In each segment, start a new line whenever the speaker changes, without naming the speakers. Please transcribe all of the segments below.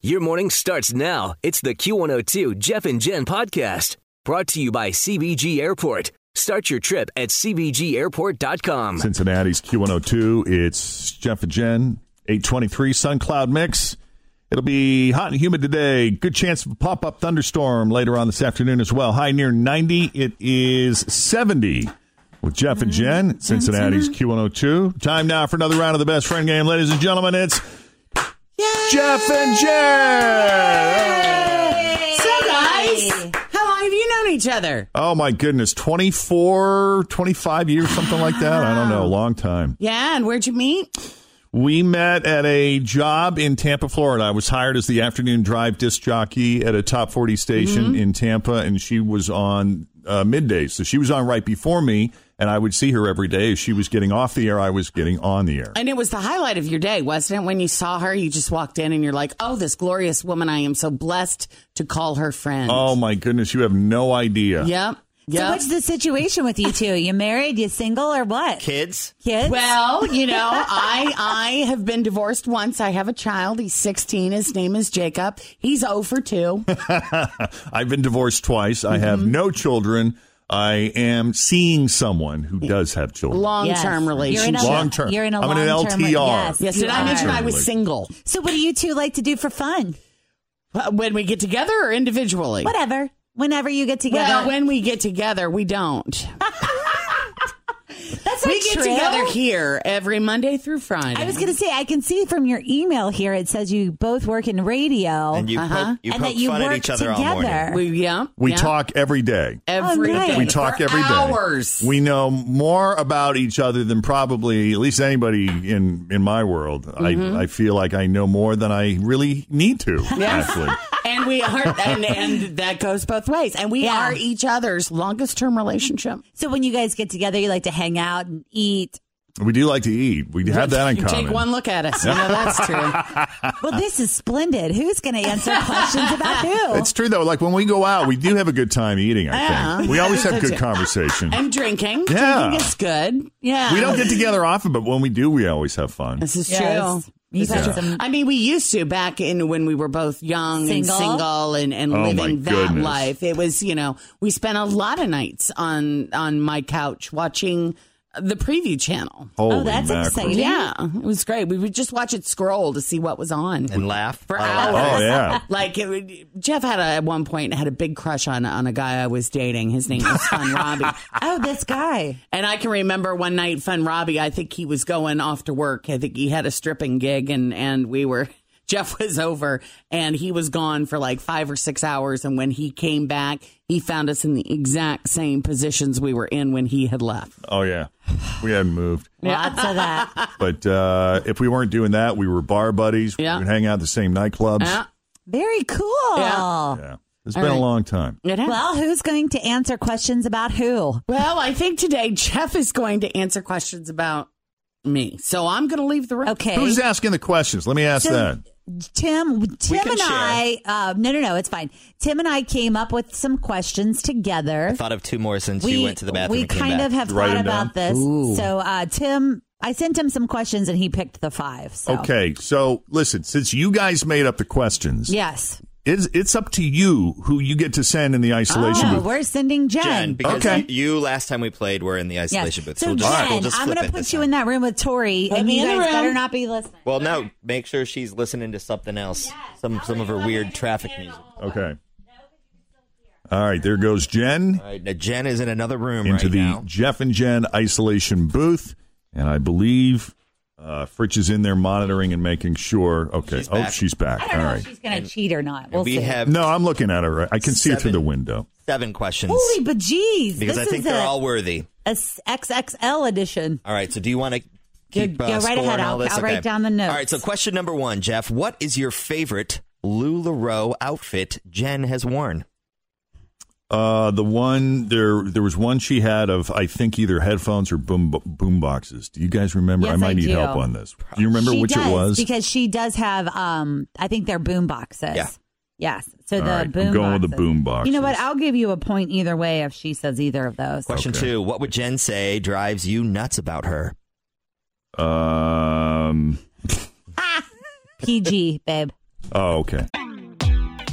Your morning starts now. It's the Q102 Jeff and Jen podcast brought to you by CBG Airport. Start your trip at CBGAirport.com.
Cincinnati's Q102. It's Jeff and Jen, 823 SunCloud Mix. It'll be hot and humid today. Good chance of a pop up thunderstorm later on this afternoon as well. High near 90. It is 70 with Jeff and Jen, Cincinnati's Q102. Time now for another round of the best friend game. Ladies and gentlemen, it's Jeff and Jen.
So guys, how long have you known each other?
Oh my goodness, 24, 25 years, something like that. I don't know, a long time.
Yeah, and where'd you meet?
We met at a job in Tampa, Florida. I was hired as the afternoon drive disc jockey at a top 40 station
Mm-hmm.
in Tampa, and she was on uh, midday. So she was on right before me, and I would see her every day. As she was getting off the air, I was getting on the air.
And it was the highlight of your day, wasn't it? When you saw her, you just walked in and you're like, "Oh, this glorious woman! I am so blessed to call her friend."
Oh my goodness, you have no idea.
yep,
So
yep.
what's the situation with you two? You married? You single or what?
kids.
Kids?
well, you know, I I have been divorced once. I have a child. He's 16. His name is Jacob. He's 0 for 2.
I've been divorced twice. I have
Mm-hmm.
no children. I am seeing someone who does have children.
Long
Yes.
term relationship.
You're in a
Long term.
You're in a
I'm in an
long-term-
LTR.
Yes,
yes,
you
did I
are.
mention I
Long-term.
was single?
So what do you two like to do for fun?
Uh, When we get together or individually?
Whatever. Whenever you get together.
Well, when we get together, we don't.
That's
We
not
get
true.
together here every Monday through Friday.
I was going to say, I can see from your email here, it says you both work in radio Uh-huh.
And you poke, you
and
poke
that you
fun
work
at each other
together.
all morning.
We, yeah,
We
yeah.
talk every day.
every
Oh, nice.
day
We
for
talk every day.
hours.
We know more about each other than probably at least anybody in in my world.
Mm-hmm.
I I feel like I know more than I really need to. Actually,
and we are, and, and that goes both ways. And we
Yeah.
are each other's longest term relationship.
So when you guys get together, you like to hang out and eat.
we do like to eat. We have that in
You
common.
Take one look at us. You know, that's true.
Uh,
Well, this is splendid. Who's going to answer questions about who?
it's true though. Like when we go out, we do have a good time eating. I think
Yeah.
we always have
That's
good
it.
conversation.
And drinking.
Yeah.
Drinking is good. Yeah.
We don't get together often, but when we do, we always have fun.
This is
Yes.
true.
You
This is
got
true.
some-
I mean, we used to back in when we were both young
Single?
and single and, and
Oh, my
living that
goodness.
life. It was, you know, we spent a lot of nights on on my couch watching the preview channel.
Holy
that's
mackerel.
exciting.
Yeah, it was great. We would just watch it scroll to see what was on
and laugh
for
Oh,
hours.
Oh yeah.
Like it would, Jeff had a, at one point had a big crush on on a guy I was dating. His name was Fun Robbie,
Oh, this guy.
and I can remember one night Fun Robbie. I think he was going off to work. I think he had a stripping gig, and and we were. Jeff was over and he was gone for like five or six hours. And when he came back, he found us in the exact same positions we were in when he had left.
Oh yeah. We hadn't moved.
Lots of that.
But uh, if we weren't doing that, we were bar buddies.
Yeah.
We would hang out at the same nightclubs.
Yeah.
Very cool.
Yeah.
Yeah. It's been a
right.
long time.
It happened.
Well, who's going to answer questions about who?
Well, I think today Jeff is going to answer questions about me. So I'm going to leave the room.
Okay.
Who's asking the questions? Let me ask
So-
that.
Tim, Tim
can
and
share.
I, uh, no, no, no, it's fine. Tim and I came up with some questions together.
Thought of two more since you went to the bathroom.
we
and came
kind
back.
of have
You write
thought
them down?
about this. So, uh, Tim, I sent him some questions and he picked the five. So.
Okay. So listen, since you guys made up the questions,
Yes.
It's it's up to you who you get to send in the isolation
oh,
booth.
we're sending Jen.
Jen, because
Okay.
you last time we played were in the
Yes.
isolation booth.
So,
we'll just,
Jen,
we'll just
I'm
flip
going
it
to put
this
you
time.
in that room with Tori, and
me
you
in the
guys
room.
better not be listening.
Well, no, make sure she's listening to something else. Some
Oh,
some of her weird traffic music. All
Okay. All right, there goes Jen
right, now Jen is in another room
into
right
the
now.
Jeff and Jen isolation booth, and I believe uh, Fritch is in there monitoring and making sure. Okay,
She's
oh,
back.
she's back.
I
All
don't
right.
know if she's going to cheat or not. We'll
we
see.
have
no, I'm looking at her. Right? I can see her through
Seven.
the window.
seven questions
Holy bejeez.
because
this
I think
is
they're
a,
all worthy.
a s- XXL edition.
All right, so do you want to
Go-
keep
go
uh,
right
score
ahead.
and all
I'll-
this?
I'll write down the notes.
All right, so question number one, Jeff. What is your favorite LuLaRoe outfit Jen has worn?
Uh, the one there, there was one she had of I think either headphones or boom boom boxes. Do you guys remember?
Yes,
I might
I
need
do.
help on this. Do you remember
she
which
does,
it was?
Because she does have, um, I think they're boom boxes.
Yeah.
Yes. So
All
the
right, I'm
boom
going with the
boxes.
boom
You know what?
boxes.
I'll give you a point either way if she says either of those.
Question
Okay.
two, what would Jen say drives you nuts about her?
um.
PG, babe.
Oh, okay.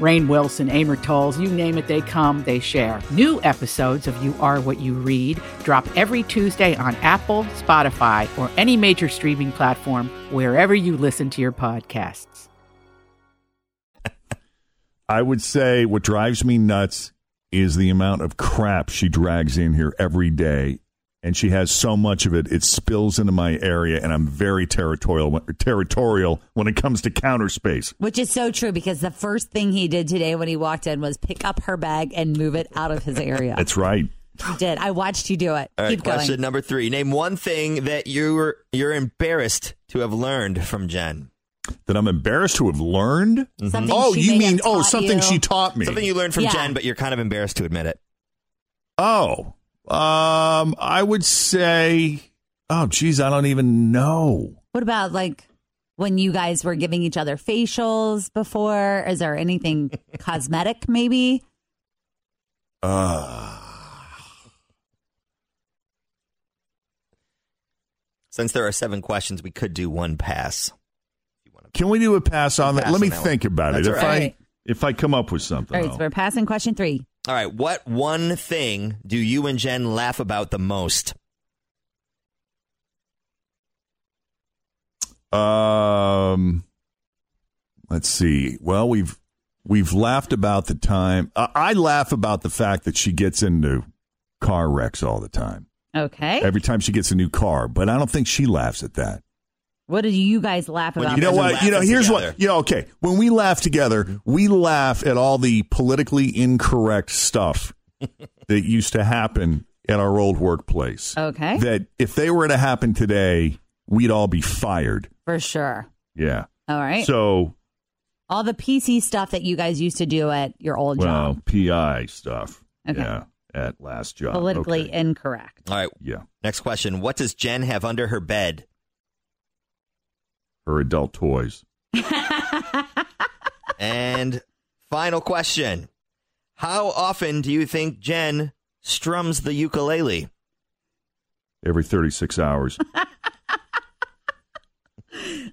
Rain Wilson, Amor Tolls, you name it, they come, they share. New episodes of You Are What You Read drop every Tuesday on Apple, Spotify, or any major streaming platform wherever you listen to your podcasts.
I would say what drives me nuts is the amount of crap she drags in here every day. And she has so much of it, it spills into my area, and I'm very territorial territorial when it comes to counter space.
Which is so true because the first thing he did today when he walked in was pick up her bag and move it out of his area.
That's right.
He did. I watched you do it.
All right,
Keep going.
question number three. Name one thing that you're you're embarrassed to have learned from Jen.
That I'm embarrassed to have learned.
Something
Oh,
she
you
may have
mean oh
taught
something
you.
she taught me.
Something you learned from
Yeah.
Jen, but you're kind of embarrassed to admit it.
oh. Um I would say oh geez, I don't even know.
What about like when you guys were giving each other facials before? Is there anything cosmetic maybe?
Uh
Since there are seven questions, we could do one pass.
Can we do a pass on that?
Pass
Let me
on that one.
think about
That's
it. If
all
I if I come up with something.
All right,
I'll-
so we're passing question three.
All right, what one thing do you and Jen laugh about the most?
Um, let's see. Well, we've we've laughed about the time. I, I laugh about the fact that she gets into car wrecks all the time.
Okay.
Every time she gets a new car, but I don't think she laughs at that.
what do you guys laugh
When
about?
You know
Because we're
what? You know,
laughing
here's
together.
what. You know, okay. When we laugh together, we laugh at all the politically incorrect stuff that used to happen at our old workplace.
Okay.
That if they were to happen today, we'd all be fired.
For sure.
Yeah.
All right.
So
All the PC stuff that you guys used to do at your old
Well,
job.
PI stuff.
Okay.
Yeah, at last job.
Politically
Okay.
incorrect.
All right,
yeah,
next question. What does Jen have under her bed?
her adult toys.
And final question. How often do you think Jen strums the ukulele?
Every 36 hours.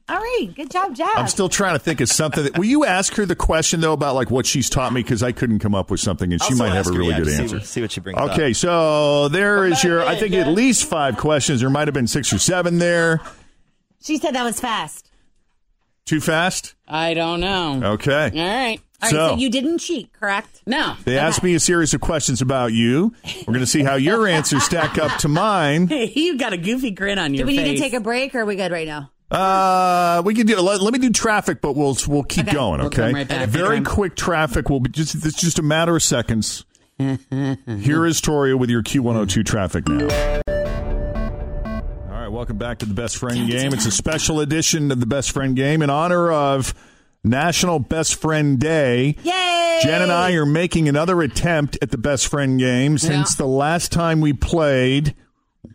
All right. Good job, Jeff.
I'm still trying to think of something. That, will you ask her the question, though, about like what she's taught me? Because I couldn't come up with something, and she
Also
might have
ask
a
her,
really
yeah,
good
to see-
answer.
See what she brings up.
Okay, so there is your, I think, at least five questions. There might have been six or seven there.
she said that was fast.
Too fast?
I don't know.
Okay.
All right.
All right.
So-
So, you didn't cheat, correct?
No.
They asked me a series of questions about you. We're going to see how your answers stack up to mine.
Hey, you got a goofy grin on
Do
your
we
face.
need to take a break or are we good right now?
Uh, we can do. Let, let me do traffic, but we'll we'll keep going.
We'll
Okay,
come right back.
very
Okay.
quick traffic. Will be just it's just a matter of seconds. Here is Toria with your Q one hundred two traffic now. All right, welcome back to the Best Friend Game. It's a special edition of the Best Friend Game in honor of National Best Friend Day.
Yay!
Jen and I are making another attempt at the best friend game. Since the last time we played,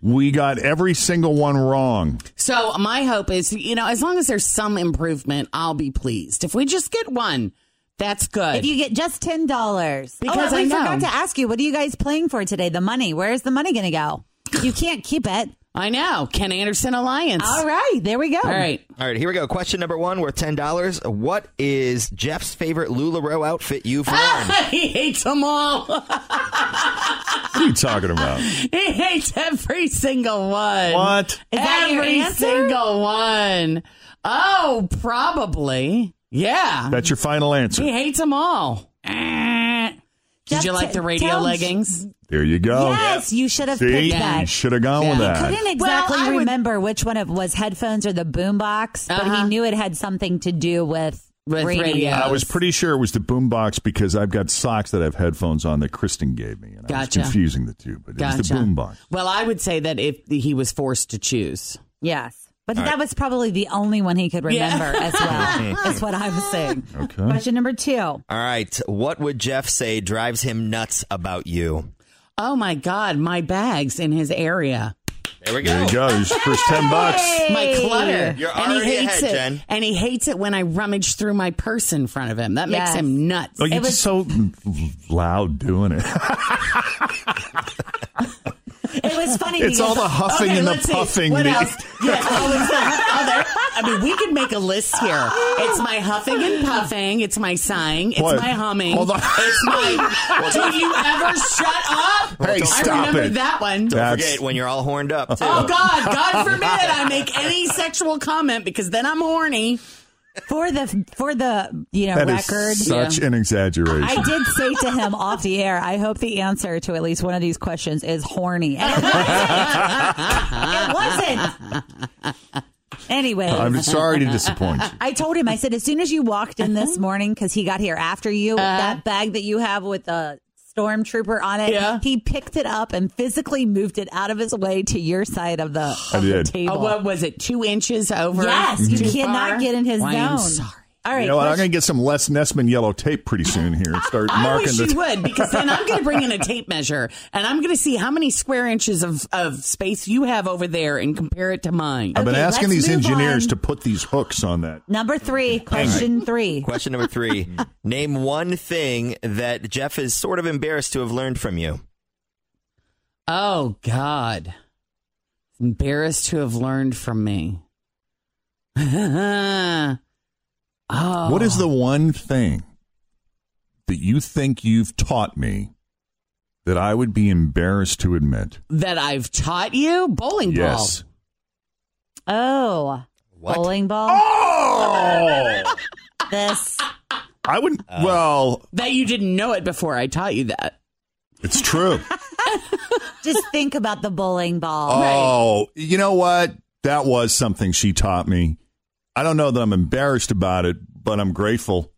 we got every single one wrong.
So my hope is, you know, as long as there's some improvement, I'll be pleased. If we just get one, that's good.
If you get just ten dollars,
Because
oh,
I
we
know.
forgot to ask you, what are you guys playing for today? The money. Where is the money going to go? You can't keep it.
I know. Ken Anderson Alliance.
All right, there we go.
All right.
All right, here we go. Question number one worth ten dollars. What is Jeff's favorite Lularoe outfit you've worn?
he hates them all.
What are you talking about?
he hates every single one.
what?
Is that your
every
answer?
single one. Oh, probably. Yeah.
That's your final
He
answer.
hates them all. Eh. Did
Jeff,
you like
t-
the radio
tell-
leggings?
There you go.
Yes, you should have
Oh, See,
picked
you
that.
should have gone with
Yeah.
that.
Couldn't exactly
I would-
remember which one it was headphones or the boombox, but he knew it had something to do with,
Uh-huh. With radio.
I was pretty sure it was the boombox because I've got socks that have headphones on that Kristen gave me, and I was
Gotcha.
confusing the two. But it was the
Gotcha.
boombox.
Well, I would say that if he was forced to choose.
Yes. But that was probably the only one he could
Yeah.
remember as well. That's what I was saying.
Okay.
Question number two.
All right, what would Jeff say drives him nuts about you?
Oh my God, my bags in his area.
There we
There you go. There's your first ten bucks.
my clutter.
You're
and he
already
hates
ahead,
it.
Jen.
And he hates it when I rummage through my purse in front of him. That makes
Yes.
him nuts.
Oh, you're
It was-
just so loud doing it.
It was funny
It's
because
all the huffing
Okay,
and
let's
the
see.
puffing.
What
that-
else? Yeah, oh, it's the hu- oh, there- I mean, we could make a list here. It's my huffing and puffing. It's my sighing. It's
What?
my humming.
Hold on.
It's my. do you ever shut up?
Hey,
I
stop
remember
it.
that one.
That's-
Forget when you're all horned up. Too.
Oh God! God forbid I make any sexual comment because then I'm horny.
for the for the you know
that is
record.
such an exaggeration.
I did say to him off the air, I hope the answer to at least one of these questions is horny. And it wasn't. it wasn't. Anyway,
I'm sorry to disappoint you.
I told him, I said, as soon as you walked in
Uh-huh.
this morning, because he got here after you, that bag that you have with the stormtrooper on it,
Yeah.
he picked it up and physically moved it out of his way to your side of the,
I
of the
did.
table.
Oh, what was it? Two inches over?
yes, you
Too
cannot
far?
get in his
Why,
zone.
I'm sorry.
All right.
You know what? I'm
question-
going to get some Les Nessman yellow tape pretty soon here and start
I
marking
wish
the.
you would because then I'm going to bring in a tape measure and I'm going to see how many square inches of, of space you have over there and compare it to mine.
I've been
Okay,
asking
let's
these
move
engineers
on.
to put these hooks on that.
Number three, question three.
Question number three: Name one thing that Jeff is sort of embarrassed to have learned from you.
Oh God, embarrassed to have learned from me. oh,
What
Oh.
is the one thing that you think you've taught me that I would be embarrassed to admit?
that I've taught you bowling
Yes.
Oh,
What?
bowling ball.
Oh!
This
I wouldn't.
Uh.
well,
ball that you didn't know it before I taught you that.
it's true.
just think about the bowling ball.
Oh, you know what? That was something she taught me. I don't know that I'm embarrassed about it, but I'm grateful.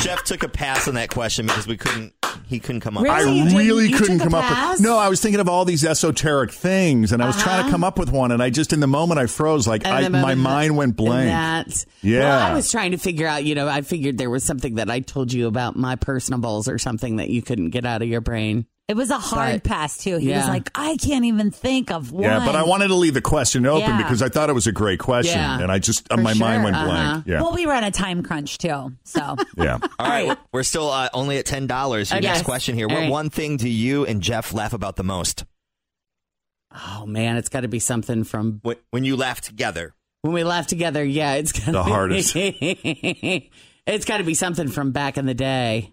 Jeff took a pass on that question because we couldn't. He couldn't come up.
Really?
I
you didn't-
really
you
couldn't
took a
come up
pass? Uh-huh.
with. No, I was thinking of all these esoteric things, and I was trying to come up with one, and I just in the moment I froze, like
And
I,
the
my
moment
mind went blank.
That,
Yeah.
Well, I was trying to figure out, you know, I figured there was something that I told you about my personal bowls or something that you couldn't get out of your brain.
It was a hard
But-
pass too. He was
Yeah.
like, I can't even think of one.
yeah, but I wanted to leave the question open
Yeah.
because I thought it was a great question,
Yeah.
and I just uh, my
sure,
mind went
uh-huh.
blank. Yeah,
Well, we were on a time crunch too, so
yeah.
All right, we're still uh, only at ten dollars. Your
Okay.
next question here:
All
What
right.
one thing do you and Jeff laugh about the most
Oh man, it's got to be something from
when, when you laugh together?
when we laughed together. Yeah, it's gotta
The
be,
hardest.
it's got to be something from back in the day.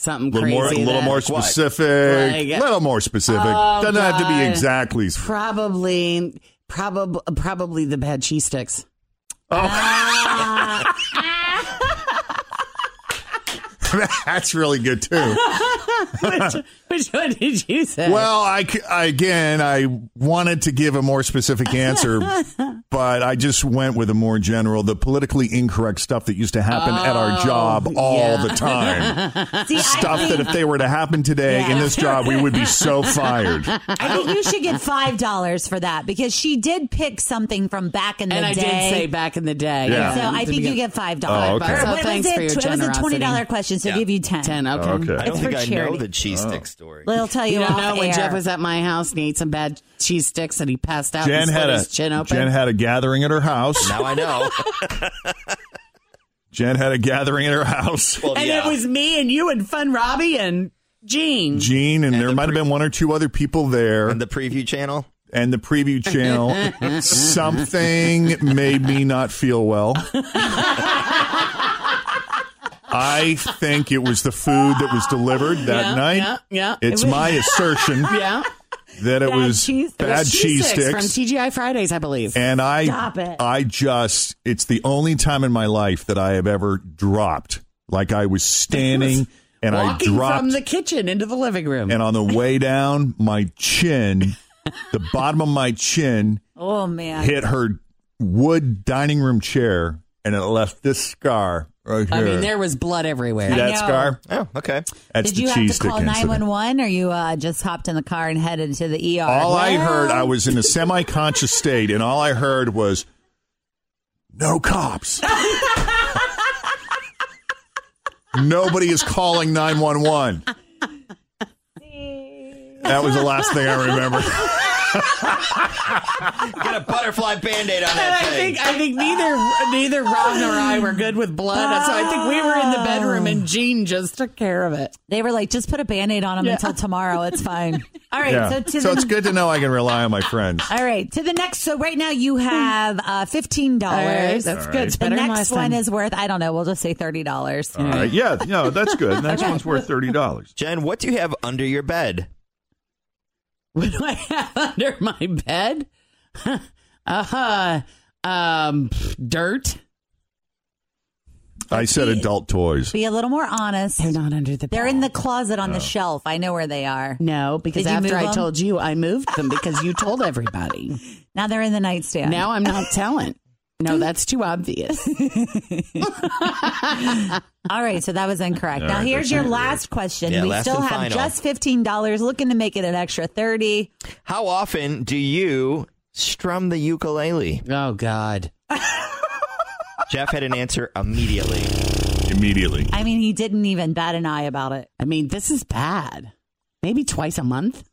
Something
A little more, a
crazy.
little
that-
more specific. A
Like-
little more specific.
Oh,
Doesn't have to be
God.
exactly.
Probably, probably, probably the bad cheese sticks.
oh.
Ah.
That's really good too.
which, which one did you say?
Well, I, c- I- again, I wanted to give a more specific answer, but but I just went with a more general, the politically incorrect stuff that used to happen at our job all
Oh, yeah.
the time.
See,
stuff
I
that
think,
if they were to happen today in
Yeah.
this job, we would be so fired.
I think you should get five dollars for that because she did pick something from back in the
And I
day.
did say back in the day.
Yeah.
So I think you get five dollars.
Oh, okay.
So
What was
thanks
it?
for your
Tw- it was a
generosity.
twenty dollar question, so
Yeah.
give you ten.
Ten.
Okay.
Okay.
I don't
It's
think
for
I know
charity.
the cheese stick story.
Well, I'll tell you,
You don't
off
know when
air.
Jeff was at my house and he ate some bad cheese sticks and he passed out
Jen
and split
had a
his chin open.
Jen had a gathering at her house.
now I know.
Jen had a gathering at her house.
Well,
and
yeah.
it was me and you and Fun Robbie and Gene.
Gene and, there might have been one or two other people there,
and the preview channel.
and the preview channel. Something made me not feel well. I think it was the food that was delivered that
Yeah,
night.
yeah, yeah.
It's my assertion
Yeah.
that it was
cheese- it was
bad cheese
from
sticks.
TGI Fridays, I believe.
and I
Stop it.
I just it's the only time in my life that I have ever dropped. Like I was standing and I
Walking
dropped
from the kitchen into the living room.
and on the way down, my chin, the bottom of my chin,
Oh man.
hit her wood dining room chair, and it left this scar right here.
I mean, there was blood everywhere.
See that
know.
scar?
Oh, okay.
That's
Did you
the
have
cheese
to
stick
call
incident.
911 or you uh, just hopped in the car and headed to the ER?
All I
Well,
heard, I was in a semi-conscious state, and all I heard was, "No cops." Nobody is calling nine one one. That was the last thing I remember.
Get a butterfly band-aid on
And
that
I
thing.
think I think neither neither Rob nor I were good with blood, so I think we were in the bedroom and Gene just took care of it.
They were like, just put a band aid on him until tomorrow. It's fine. All right.
Yeah.
So, to
So
the,
it's good to know I can rely on my friends.
All right. To the next. So right now you have uh, $15.
that's
All
good.
right.
It's
The
better than last
next one
time.
is worth, I don't know, we'll just say $30.
All right. Yeah, no, that's good. Next one's worth thirty dollars.
Jen, what do you have under your bed?
what do I have under my bed? uh, um, dirt.
I said adult toys.
Be a little more honest.
They're not under the. Bed.
They're in the closet on the shelf. I know where they are.
No, because
Did you
after
move
I
them?
told you, I moved them because you told everybody.
Now they're in the nightstand.
Now I'm not telling. No, that's too obvious.
All right, so that was incorrect.
All
now
right,
here's
that's
your
incorrect.
last question.
Yeah,
we
last
still
and
have
final.
just fifteen dollars, looking to make it an extra thirty.
How often do you strum the ukulele?
Oh God.
Jeff had an answer immediately.
Immediately.
I mean, he didn't even bat an eye about it.
I mean, this is bad. Maybe twice a month.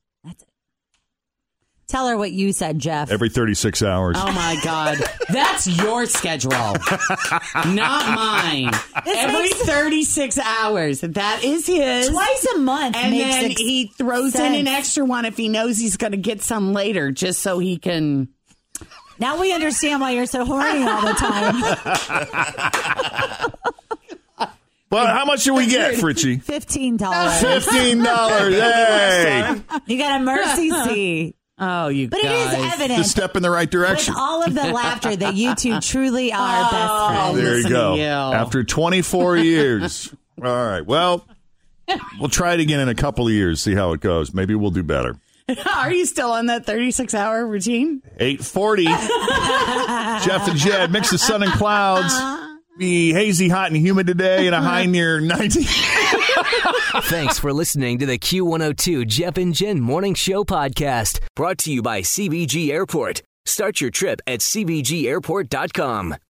Tell her what you said, Jeff.
Every thirty six hours.
Oh my God. That's your schedule, not mine. Every 36 hours. That is his.
Twice a month,
And
makes
then
ex-
he throws in an
sense.
extra one if he knows he's going to get some later just so he can.
Now we understand why you're so horny all the time.
But how much do we get, Fritchie?
Fifteen dollars.
Fifteen dollars. Hey,
You got a mercy seat,
Oh, you
but it
guys.
is
the
evident
step in the right direction.
with all of the laughter that you two truly are best friends.
There you
Listen to
go.
you.
After 24 years. All right. Well, we'll try it again in a couple of years, see how it goes. Maybe we'll do better.
Are you still on that 36 hour routine?
840. Jeff and Jed, mix of sun and clouds.
Uh-huh.
Be hazy, hot, and humid today, and a high near 90.
Thanks for listening to the Q102 Jeff and Jen Morning Show podcast, brought to you by CBG Airport. Start your trip at CBGAirport.com.